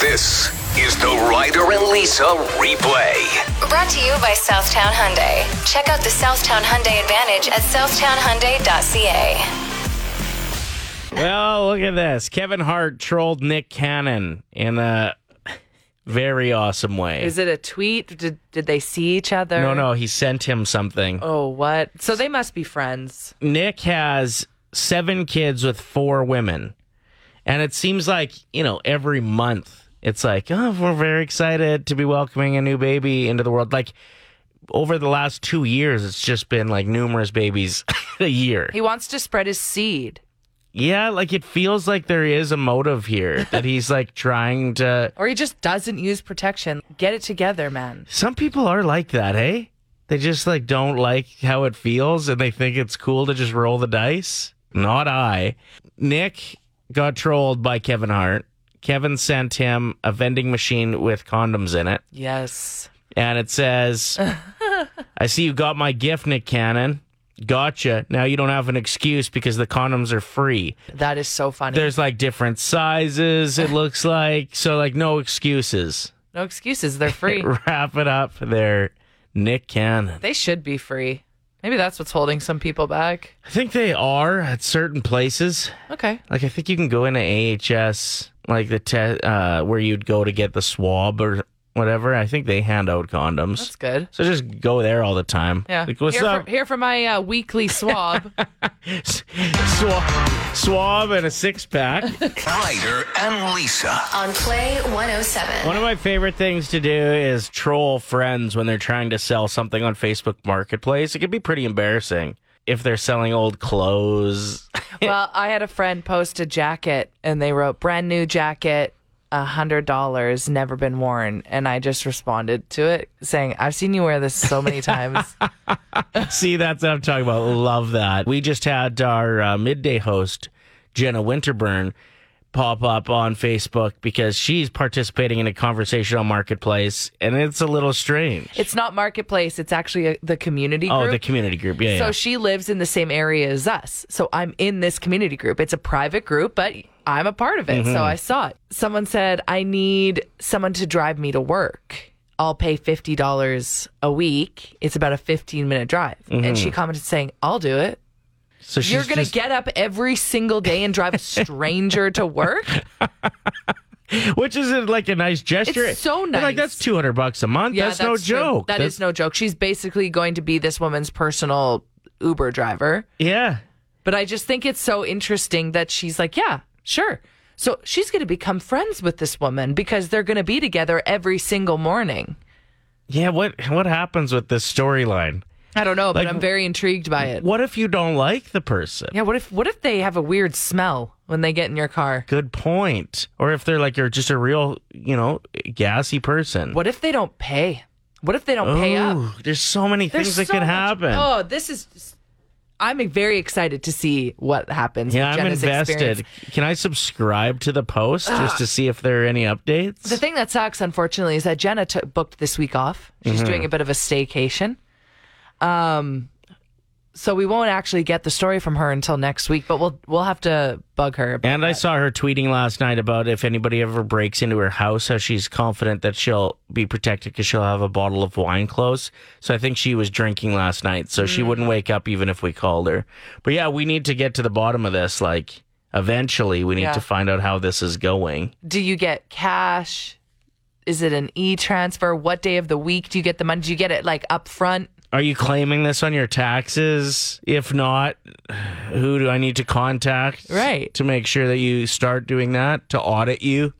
This is the Ryder and Lisa replay. Brought to you by Southtown Hyundai. Check out the Southtown Hyundai Advantage at southtownhyundai.ca. Well, look at this. Kevin Hart trolled Nick Cannon in a very awesome way. Is it a tweet? Did did they see each other? no, no, he sent him something. Oh, what? So they must be friends. Nick has seven kids with four women. And it seems like, you know, every month it's like, oh, we're very excited to be welcoming a new baby into the world. Like, over the last two years, it's just been like numerous babies a year. He wants to spread his seed, Yeah, like it feels like there is a motive here that he's like trying to. or he just doesn't use protection. Get it together, man. Some people are like that, eh? They just like don't like how it feels and they think it's cool to just roll the dice. Not I. Nick got trolled by Kevin Hart. Kevin sent him a vending machine with condoms in it. Yes. And it says, I see you got my gift, Nick Cannon. Gotcha. Now you don't have an excuse because the condoms are free. That is so funny. There's like different sizes, it looks like. So, like, no excuses. no excuses. They're free. Wrap it up there, Nick Cannon. they should be free. Maybe that's what's holding some people back. I think they are at certain places. Okay. Like I think you can go into AHS, like the te- uh, where you'd go to get the swab or whatever. I think they hand out condoms. That's good. so just go there all the time. Yeah. Like, what's here, up? For, here for my uh, weekly swab. Swab, swab and a six pack. Ryder and Lisa. On Play 107. One of my favorite things to do is troll friends when they're trying to sell something on Facebook Marketplace. It can be pretty embarrassing if they're selling old clothes. well, I had a friend post a jacket and they wrote brand new jacket, a hundred dollars, never been worn. And I just responded to it saying, I've seen you wear this so many times. See, that's what I'm talking about. Love that. We just had our uh, midday host, Jenna Winterburn, pop up on Facebook because she's participating in a conversation on Marketplace, and it's a little strange. it's not marketplace, it's actually a, the community oh, group. the community group. Yeah, So yeah. she lives in the same area as us. So I'm in this community group. It's a private group, but I'm a part of it. Mm-hmm. So I saw it. Someone said, I need someone to drive me to work. I'll pay $50 a week. It's about a 15 minute drive. And Mm-hmm. she commented saying, I'll do it. So she's You're going to just- get up every single day and drive a stranger to work? which is uh, like a nice gesture. It's so And, Like nice. that's two hundred bucks a month. that's, no true. joke. That that's, is no joke. She's basically going to be this woman's personal Uber driver. Yeah. But I just think it's so interesting that she's like, yeah, sure. So she's going to become friends with this woman because they're going to be together every single morning. Yeah, what what happens with this storyline? I don't know, Like, but I'm very intrigued by it. What if you don't like the person? yeah, what if what if they have a weird smell when they get in your car? Good point. Or if they're like you're just a real, you know, gassy person. What if they don't pay? What if they don't pay up? Oh, there's so many There's things that so can much- happen. Oh, this is I'm very excited to see what happens. yeah, with I'm Jenna's invested. experience. Can I subscribe to the post just to see if there are any updates? The thing that sucks, unfortunately, is that Jenna took booked this week off. She's Mm-hmm. doing a bit of a staycation. Um, so we won't actually get the story from her until next week, but we'll we'll have to bug her. and I saw her tweeting last night about if anybody ever breaks into her house, how she's confident that she'll be protected because she'll have a bottle of wine close. So I think she was drinking last night, so she Mm. wouldn't wake up even if we called her. But yeah, we need to get to the bottom of this. Like, eventually, we need Yeah. to find out how this is going. Do you get cash? Is it an e transfer? What day of the week do you get the money? Do you get it like up front? Are you claiming this on your taxes? If not, who do I need to contact? Right. To make sure that you start doing that, to audit you?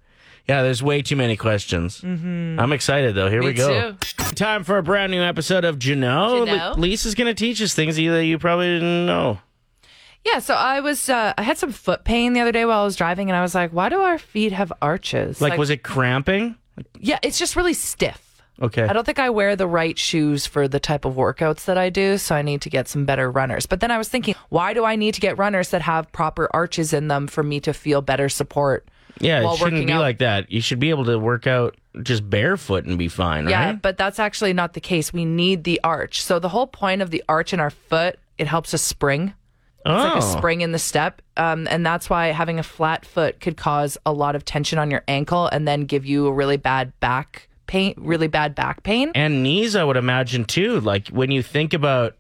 Yeah, there's way too many questions. I'm excited though. Here we Mm-hmm. Me go. too. Time for a brand new episode of Janelle. Juneau? Li- Lisa's going to teach us things that you- that you probably didn't know. Yeah, so I was uh, I had some foot pain the other day while I was driving, and I was like, why do our feet have arches? Like, was it cramping? yeah, it's just really stiff. Okay. I don't think I wear the right shoes for the type of workouts that I do, so I need to get some better runners. But then I was thinking, why do I need to get runners that have proper arches in them for me to feel better support? yeah, while it shouldn't working be out- like that. You should be able to work out just barefoot and be fine, Yeah, right? but that's actually not the case. We need the arch. So the whole point of the arch in our foot, it helps us spring. It's like a Oh. spring in the step. Um, and that's why having a flat foot could cause a lot of tension on your ankle and then give you a really bad back pain, really bad back pain. and knees i would imagine too like when you think about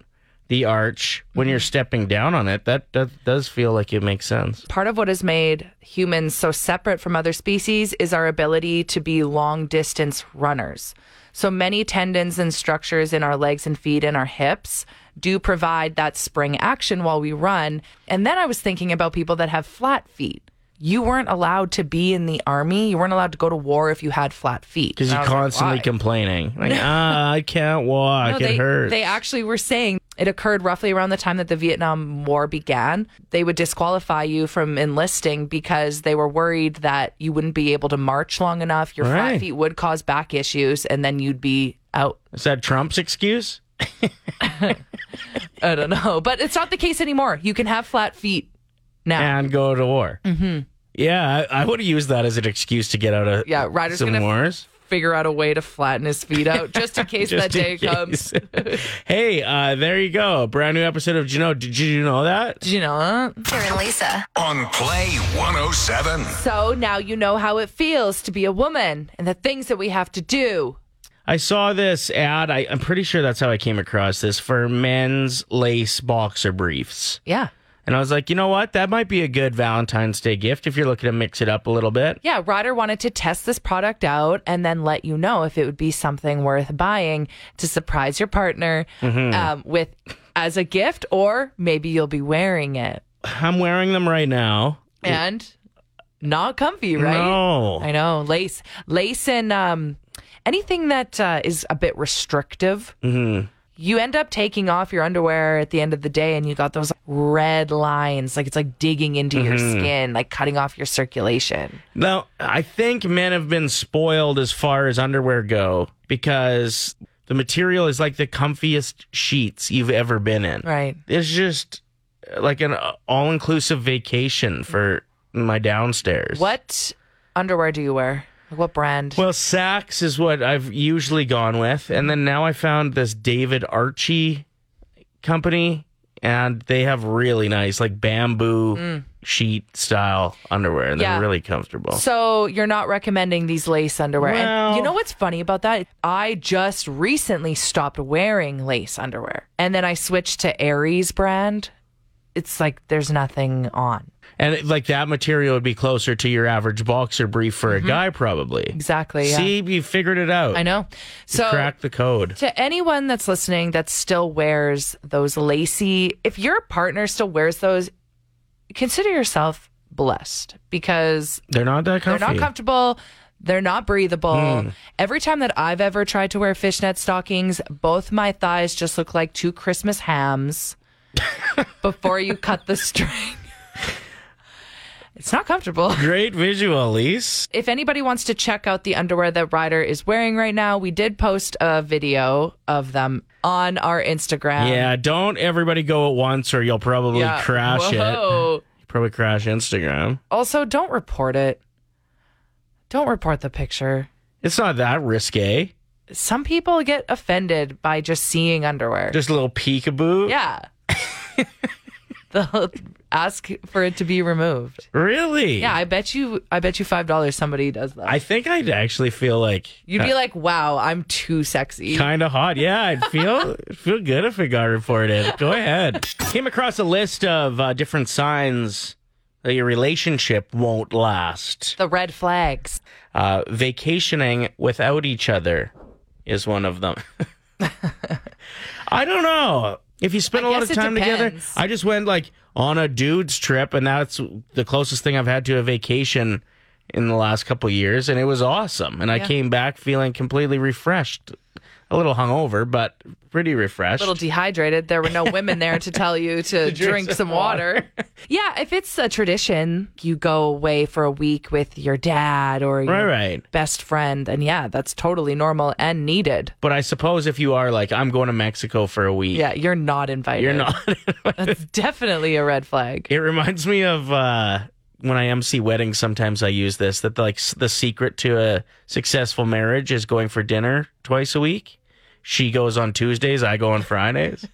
the arch when you're stepping down on it that that does feel like it makes sense Part of what has made humans so separate from other species is our ability to be long distance runners. So many tendons and structures in our legs and feet and our hips do provide that spring action while we run. And then I was thinking about people that have flat feet. You weren't allowed to be in the army. You weren't allowed to go to war if you had flat feet. because And I you're was like, constantly why? complaining like ah i can't walk No, they, it hurts They actually were saying it occurred roughly around the time that the Vietnam War began. They would disqualify you from enlisting because they were worried that you wouldn't be able to march long enough. Your flat Right. feet would cause back issues, and then you'd be out. is that trump's excuse I don't know, but it's not the case anymore. You can have flat feet now. Yeah. and go to war mm-hmm. yeah i, I would have used that as an excuse to get out of Ryder's some gonna wars figure out a way to flatten his feet out just in case that just in day comes. case. hey uh there you go a brand new episode of you know did you know that Did you know? that? Karen and Lisa. On Play 107. So now you know how it feels to be a woman and the things that we have to do. I saw this ad. I, I'm pretty sure that's how I came across this for men's lace boxer briefs. Yeah. And I was like, you know what? That might be a good Valentine's Day gift if you're looking to mix it up a little bit. Yeah, Ryder wanted to test this product out and then let you know if it would be something worth buying to surprise your partner um, with as a gift, or maybe you'll be wearing it I'm wearing them right now. and not comfy, right? No. I know lace, lace, and um, anything that uh, is a bit restrictive. You end up taking off your underwear at the end of the day, and you got those red lines, like it's like digging into your skin, like cutting off your circulation. Now, I think men have been spoiled as far as underwear go because the material is like the comfiest sheets you've ever been in. Right. It's just uh, like an all inclusive vacation for my downstairs. What underwear do you wear? Like, What brand? Well, Saks is what I've usually gone with, and then now I found this David Archie company, and they have really nice, like bamboo sheet style underwear, and Mm. Yeah. they're really comfortable. so you're not recommending these lace underwear. and Well- you know what's funny about that? I just recently stopped wearing lace underwear. And then I switched to Aries brand. It's like there's nothing on. and it- like that material would be closer to your average boxer brief for a guy, probably. Mm-hmm. Exactly. Yeah. See, you figured it out. I know. So Crack the code. to anyone that's listening that still wears those lacy, if your partner still wears those, consider yourself blessed because They're not that comfy. They're not comfortable. They're not breathable. Hmm. Every time that I've ever tried to wear fishnet stockings, both my thighs just look like two Christmas hams before you cut the string. it's not comfortable. Great visual, Elise. If anybody wants to check out the underwear that Ryder is wearing right now, we did post a video of them on our Instagram. yeah, don't everybody go at once, or you'll probably crash it. Whoa. Probably crash Instagram. Also, don't report it. Don't report the picture. It's not that risque. some people get offended by just seeing underwear. Just a little peekaboo. yeah. They'll ask for it to be removed. Really? Yeah, I bet you I bet you five dollars somebody does that. I Uh, think I'd actually feel like You'd be like, wow, I'm too sexy. kind of hot. Yeah, I'd feel it'd feel good if it got reported. Go ahead. Came across a list of uh, different signs that your relationship won't last. The red flags. Uh, vacationing without each other is one of them. I don't know. If you spend I a lot guess of it time together, depends. I just went like on a dude's trip, and that's the closest thing I've had to a vacation in the last couple years, and it was awesome. And I came back feeling completely refreshed, a little hungover, but pretty refreshed. A little dehydrated. There were no women there to tell you to, drink, some water. yeah, if it's a tradition, you go away for a week with your dad or your right, right. best friend, and yeah, that's totally normal and needed. But I suppose if you are like, I'm going to Mexico for a week, Yeah, you're not invited. you're not. That's definitely a red flag. It reminds me of uh, when I MC weddings. Sometimes I use this that like s- the secret to a successful marriage is going for dinner twice a week. she goes on Tuesdays, I go on Fridays.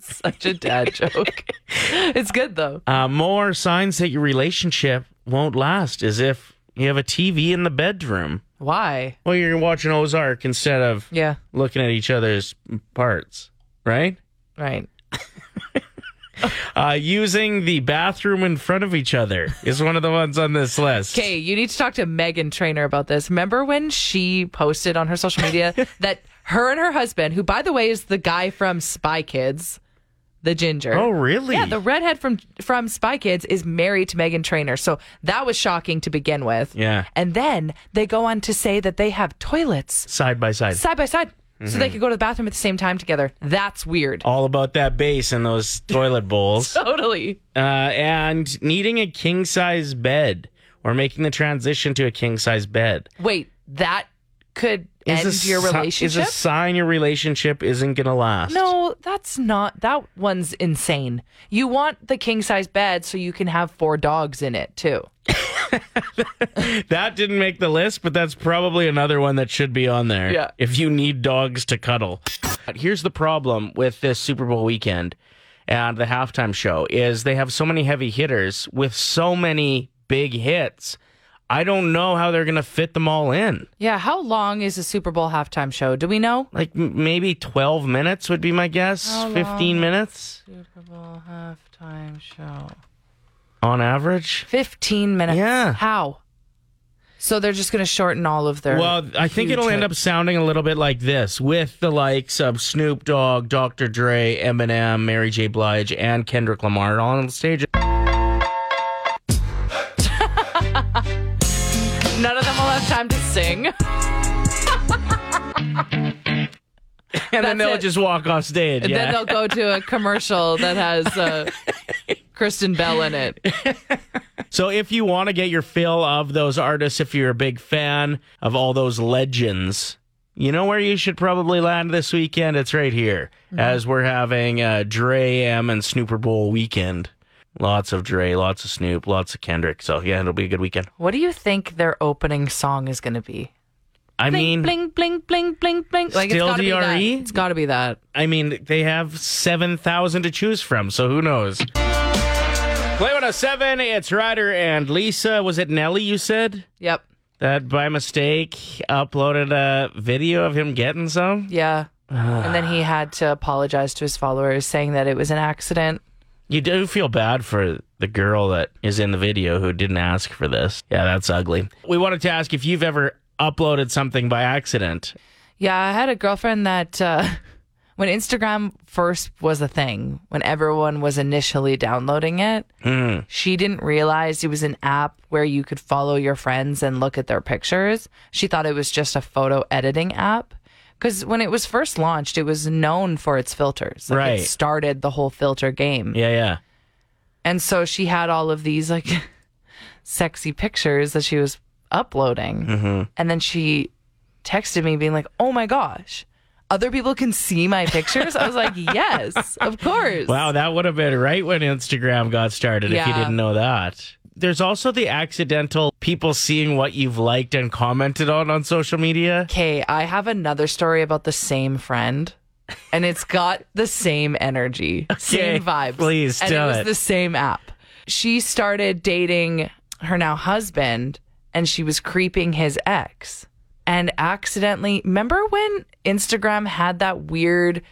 Such a dad joke. it's good though. uh, more signs that your relationship won't last is if you have a TV in the bedroom. Why? Well, you're watching Ozark instead of Yeah. looking at each other's parts, right? Right. Uh, using the bathroom in front of each other is one of the ones on this list. Okay, you need to talk to Megan Trainer about this. Remember when she posted on her social media that her and her husband, who by the way is the guy from Spy Kids, the ginger. Oh, really? Yeah, the redhead from from Spy Kids is married to Megan Trainer. So that was shocking to begin with. Yeah. And then they go on to say that they have toilets side by side. side by side. So Mm-hmm. they could go to the bathroom at the same time together. That's weird. All about that bass and those toilet bowls. Totally. Uh, and needing a king size bed or making the transition to a king size bed. Wait, that could end a your si- relationship? Is a sign your relationship isn't going to last. No, that's not. That one's insane. You want the king size bed so you can have four dogs in it too. That didn't make the list, but that's probably another one that should be on there. Yeah. If you need dogs to cuddle. Here's the problem with this Super Bowl weekend and the halftime show is they have so many heavy hitters with so many big hits. I don't know how they're going to fit them all in. Yeah. How long is a Super Bowl halftime show? Do we know? Like m- maybe 12 minutes would be my guess, 15 minutes Super Bowl halftime show. on average. 15 minutes. Yeah. How? So they're just going to shorten all of their. Well, I think it'll end up sounding a little bit like this with the likes of Snoop Dogg, Dr. Dre, Eminem, Mary J. Blige, and Kendrick Lamar all on stage. None of them will have time to sing. and then That's they'll it. just walk off stage. And yeah. then they'll go to a commercial that has uh, Kristen Bell in it. so if you want to get your fill of those artists, if you're a big fan of all those legends, you know where you should probably land this weekend. It's right here, as we're having uh, Dre M and Snooper Bowl weekend. Lots of Dre, lots of Snoop, lots of Kendrick. So yeah, it'll be a good weekend. What do you think their opening song is going to be? I mean, Bling, bling, bling, bling, bling, bling. Like Still E? it's gotta Be DRE? that. It's got to be that. I mean, they have 7,000 to choose from, so who knows? Play 107, it's Ryder and Lisa. Was it Nelly you said? Yep. That by mistake uploaded a video of him getting some? Yeah. and then Ah. he had to apologize to his followers, saying that it was an accident. You do feel bad for the girl that is in the video who didn't ask for this. Yeah, that's ugly. We wanted to ask if you've ever uploaded something by accident. Yeah, I had a girlfriend that uh, when Instagram first was a thing, when everyone was initially downloading it, Hmm. she didn't realize it was an app where you could follow your friends and look at their pictures. She thought it was just a photo editing app. Because when it was first launched, it was known for its filters. Like, Right. It started the whole filter game. Yeah, yeah. And so she had all of these like sexy pictures that she was uploading. And then she texted me being like, oh my gosh, other people can see my pictures? I was like, yes, of course. Wow, that would have been right when Instagram got started if you Yeah. didn't know that. There's also the accidental people seeing what you've liked and commented on on social media. Okay, I have another story about the same friend. And it's got the same energy, same vibes. please and tell it was it. the same app. She started dating her now husband, and she was creeping his ex, and accidentally. Remember when Instagram had that weird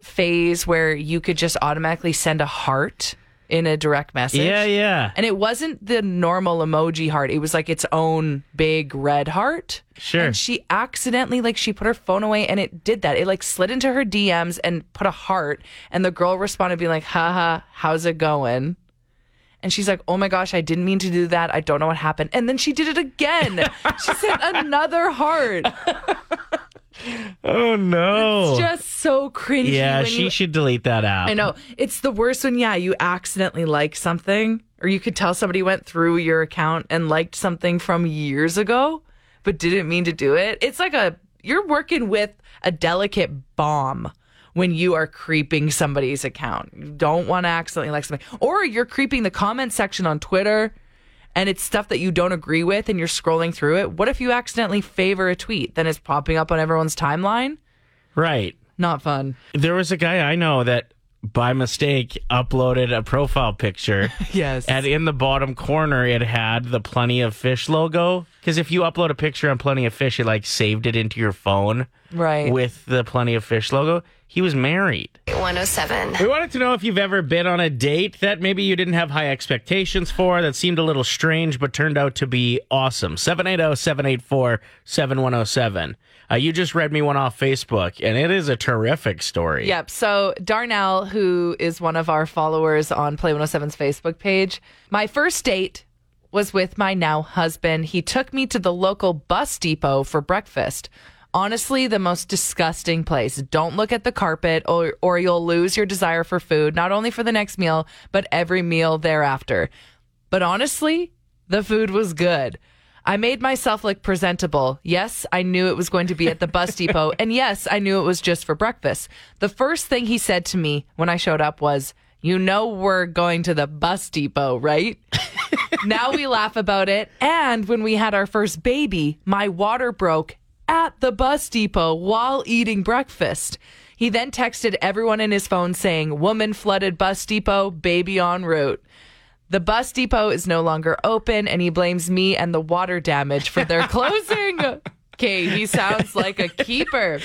phase where you could just automatically send a heart in a direct message? Yeah, yeah. And it wasn't the normal emoji heart. It was like its own big red heart. Sure. And she accidentally, like, she put her phone away and it did that. It, like, slid into her DMs and put a heart. And the girl responded, being like, haha, how's it going? And she's like, oh my gosh, I didn't mean to do that. I don't know what happened. And then she did it again. she sent another heart. Oh no. Just so cringy. yeah, when she you- should delete that app. I know. It's the worst when, yeah, you accidentally like something, or you could tell somebody went through your account and liked something from years ago, but didn't mean to do it. It's like a, you're working with a delicate bomb when you are creeping somebody's account. You don't want to accidentally like something, or you're creeping the comment section on Twitter. And it's stuff that you don't agree with, and you're scrolling through it. What if you accidentally favor a tweet? Then it's popping up on everyone's timeline. Right. Not fun. There was a guy I know that by mistake uploaded a profile picture. Yes. And in the bottom corner, it had the Plenty of Fish logo. Because if you upload a picture on Plenty of Fish, it like saved it into your phone Right. with the Plenty of Fish logo. He was married. 107. We wanted to know if you've ever been on a date that maybe you didn't have high expectations for, that seemed a little strange, but turned out to be awesome. oh, 780 784 7107. Uh, You just read me one off Facebook, and it is a terrific story. Yep. So Darnell, who is one of our followers on Play 107's Facebook page, my first date was with my now husband. He took me to the local bus depot for breakfast. Honestly, the most disgusting place. Don't look at the carpet or, or you'll lose your desire for food, not only for the next meal, but every meal thereafter. But honestly, the food was good. I made myself look presentable. Yes, I knew it was going to be at the bus depot. And yes, I knew it was just for breakfast. The first thing he said to me when I showed up was, You know, we're going to the bus depot, right? now we laugh about it. And when we had our first baby, my water broke at the bus depot while eating breakfast. He then texted everyone in his phone saying, Woman flooded bus depot, baby en route. The bus depot is no longer open, and he blames me and the water damage for their closing. Okay, he sounds like a keeper.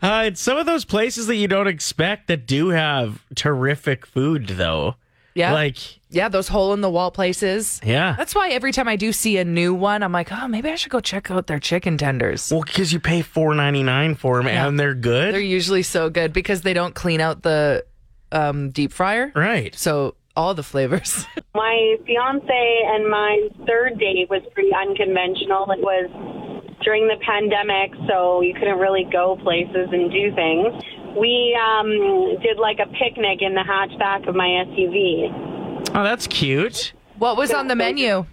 Uh, it's some of those places that you don't expect that do have terrific food, though. Yeah. Like, Yeah, those hole in the wall places. yeah. That's why every time I do see a new one, I'm like, oh, maybe I should go check out their chicken tenders. well, because you pay four ninety nine for them and they're good. They're usually so good because they don't clean out the um, deep fryer. right. So all the flavors. My fiance and my third date was pretty unconventional. It was during the pandemic, so you couldn't really go places and do things. We um, did like a picnic in the hatchback of my SUV. Oh, that's cute. what was on the menu?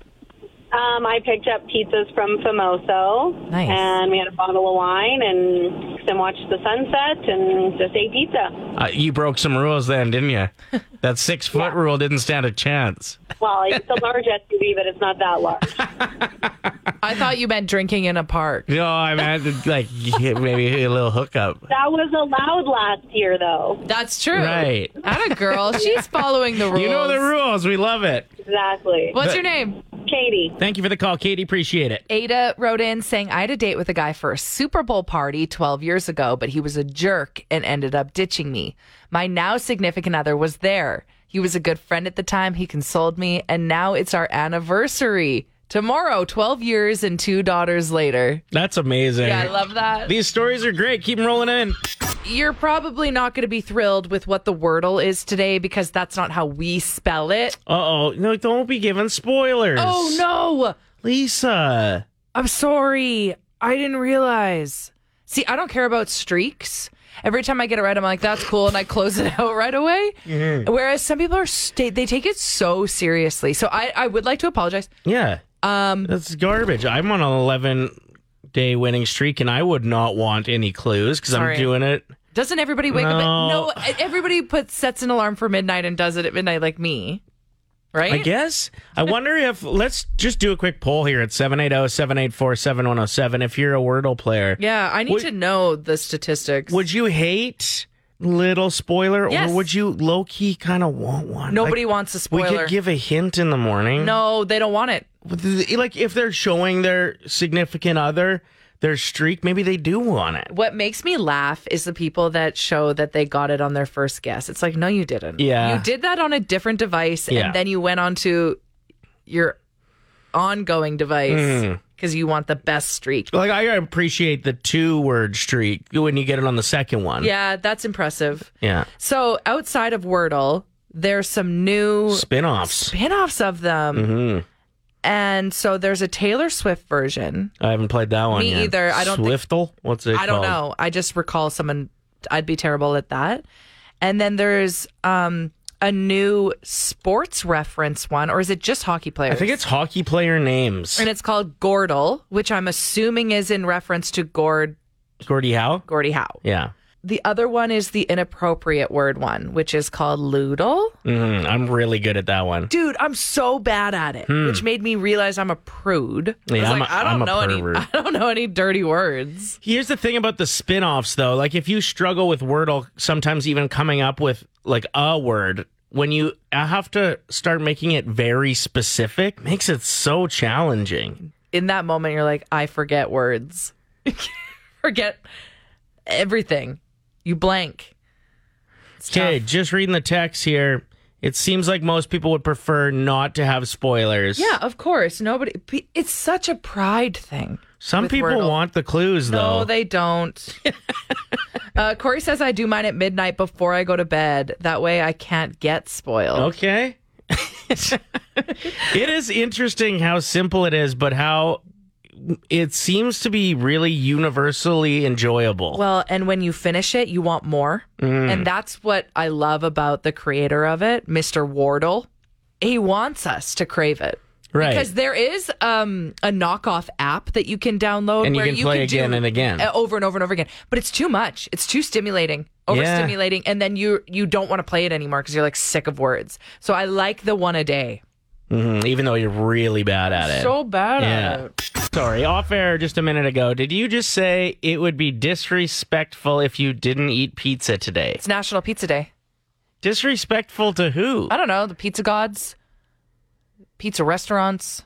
Um, I picked up pizzas from Famoso, Nice. and we had a bottle of wine and then watched the sunset and just ate pizza. Uh, you broke some rules then, didn't you? That six foot rule didn't stand a chance. Well, it's a large SUV, but it's not that large. I thought you meant drinking in a park. No, I meant like maybe a little hookup. That was allowed last year, though. That's true. Right. At a girl, she's following the rules. You know the rules. We love it. Exactly. What's your name? Katie. Thank you for the call, Katie. Appreciate it. Ada wrote in saying, I had a date with a guy for a Super Bowl party 12 years ago, but he was a jerk and ended up ditching me. My now significant other was there. He was a good friend at the time. He consoled me, and now it's our anniversary. Tomorrow, 12 years and two daughters later. That's amazing. Yeah, I love that. These stories are great. Keep 'em rolling in. You're probably not going to be thrilled with what the Wordle is today because that's not how we spell it. Uh oh. No, don't be giving spoilers. Oh, no. Lisa. I'm sorry. I didn't realize. See, I don't care about streaks. Every time I get it right, I'm like, that's cool. And I close it out right away. Mm-hmm. Whereas some people are, sta- they take it so seriously. So I, I would like to apologize. Yeah. Um. That's garbage. I'm on an 11 day winning streak, and I would not want any clues because I'm Sorry. doing it. Doesn't everybody wake up? No. At, no, e-, everybody puts, sets an alarm for midnight and does it at midnight like me. Right? I guess. I wonder if let's just do a quick poll here at oh, 780-784-7107 if you're a Wordle player. Yeah, I need Would- to know the statistics. Would you hate little spoiler Yes. or would you low key kind of want one? Nobody Like, wants a we spoiler. could give a hint in the morning. no, they don't want it. With the- Like if they're showing their significant other their streak, maybe they do want it. What makes me laugh is the people that show that they got it on their first guess. It's like, no, you didn't. Yeah. You did that on a different device Yeah. and then you went on to your ongoing Hmm. device because you want the best streak. Like I appreciate the two word streak when you get it on the second one. Yeah, that's impressive. Yeah. So outside of Wordle, there's some new Spin-offs. spin offs of them. mm-hmm. And so there's a Taylor Swift version. I haven't played that one Me yet. either. I don't think- Swiftle? What's it I don't called? know. I just recall someone. I'd be terrible at that. And then there's um, a new sports reference one, or is it just hockey players? I think it's hockey player names. and it's called Gordle, which I'm assuming is in reference to Gord Gordy Howe? Gordie Howe. Yeah. The other one is the inappropriate word one, which is called Loodle. Mm, I'm really good at that one. Dude, I'm so bad at it, which made me realize I'm a prude. I Hmm. Yeah, was I'm like, a- I don't I'm a know pervert. any, I don't know any dirty words. Here's the thing about the spin-offs though. Like if you struggle with Wordle, sometimes even coming up with like a word, when you I have to start making it very specific, makes it so challenging. In that moment, you're like, I forget words, forget everything. You blank. It's tough. Okay, just reading the text here. It seems like most people would prefer not to have spoilers. Yeah, of course. Nobody. pe- It's such a pride thing. Some with people Wordle. want the clues No, though. they don't. uh, Corey says I do mine at midnight before I go to bed. That way I can't get spoiled. Okay. it is interesting how simple it is, but how it seems to be really universally enjoyable. Well, and when you finish it, you want more. And that's what I love about the creator of it, Mr. Wardle. He wants us to crave it. right. Because there is um, a knockoff app that you can download And you where can play do- again and again. uh, over and over and over again. But it's too much. It's too stimulating, overstimulating, and then you you don't want to play it anymore because you're like sick of words. So I like the one a day. Mhm, Even though you're really bad at it. So bad at yeah. it. Sorry, off air just a minute ago. Did you just say it would be disrespectful if you didn't eat pizza today? It's National Pizza Day. Disrespectful to who? I don't know the pizza gods, pizza restaurants.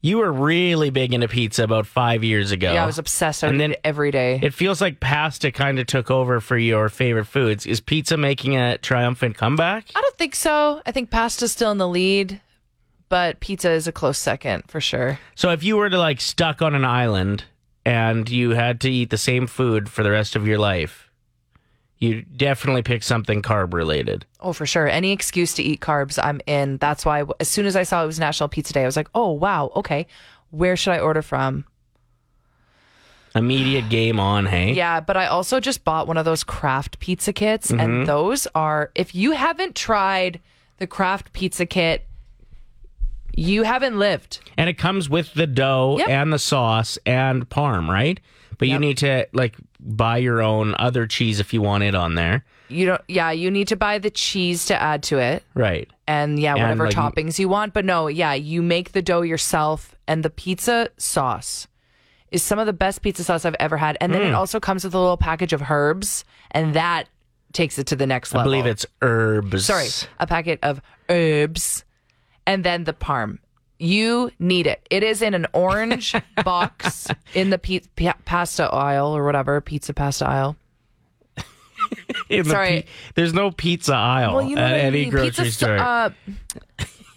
You were really big into pizza about five years ago. Yeah, I was obsessed. I And would then eat it every day. It feels like pasta kind of took over for your favorite foods. Is pizza making a triumphant comeback? I don't think so. I think pasta's still in the lead, but pizza is a close second for sure. So if you were to like stuck on an island and you had to eat the same food for the rest of your life, you definitely pick something carb related. Oh, for sure. Any excuse to eat carbs, I'm in. That's why as soon as I saw it was National Pizza Day, I was like, oh wow, okay. Where should I order from? Immediate game on, hey? Yeah, but I also just bought one of those craft pizza kits, and those are, if you haven't tried the craft pizza kit, you haven't lived. And it comes with the dough Yep. and the sauce and parm, right? But you need to like buy your own other cheese if you want it on there. You don't, yeah, you need to buy the cheese to add to it. Right. and yeah, And, whatever like, toppings you want. But no, yeah, you make the dough yourself, and the pizza sauce is some of the best pizza sauce I've ever had. And then Mm. it also comes with a little package of herbs, and that takes it to the next I level. believe it's herbs. sorry, a packet of herbs, and then the parm. You need it. It is in an orange box in the pi- pi- pasta aisle or whatever pizza pasta aisle. In the Sorry. pi- there's no pizza aisle Well, you know at what I any mean. grocery pizza store. Sa- uh,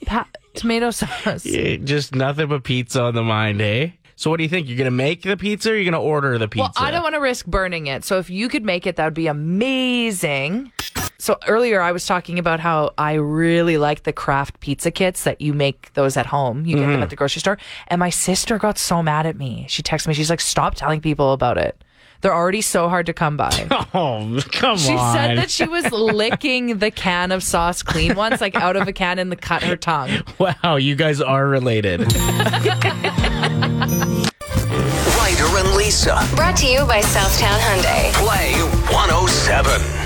pa- tomato sauce. Yeah, Eh, just nothing but pizza on the mind, eh? So what do you think? You're gonna make the pizza or you're gonna order the pizza? Well, I don't want to risk burning it. So if you could make it, that would be amazing. So earlier I was talking about how I really like the craft pizza kits that you make those at home. You get Mm-hmm. them at the grocery store. And my sister got so mad at me. She texted me. She's like, "Stop telling people about it. They're already so hard to come by." Oh, come She on. said that she was licking the can of sauce clean once, like out of a can, and the cut her tongue. wow, you guys are related. Ryder and Lisa. Brought to you by Southtown Hyundai. oh Play 107.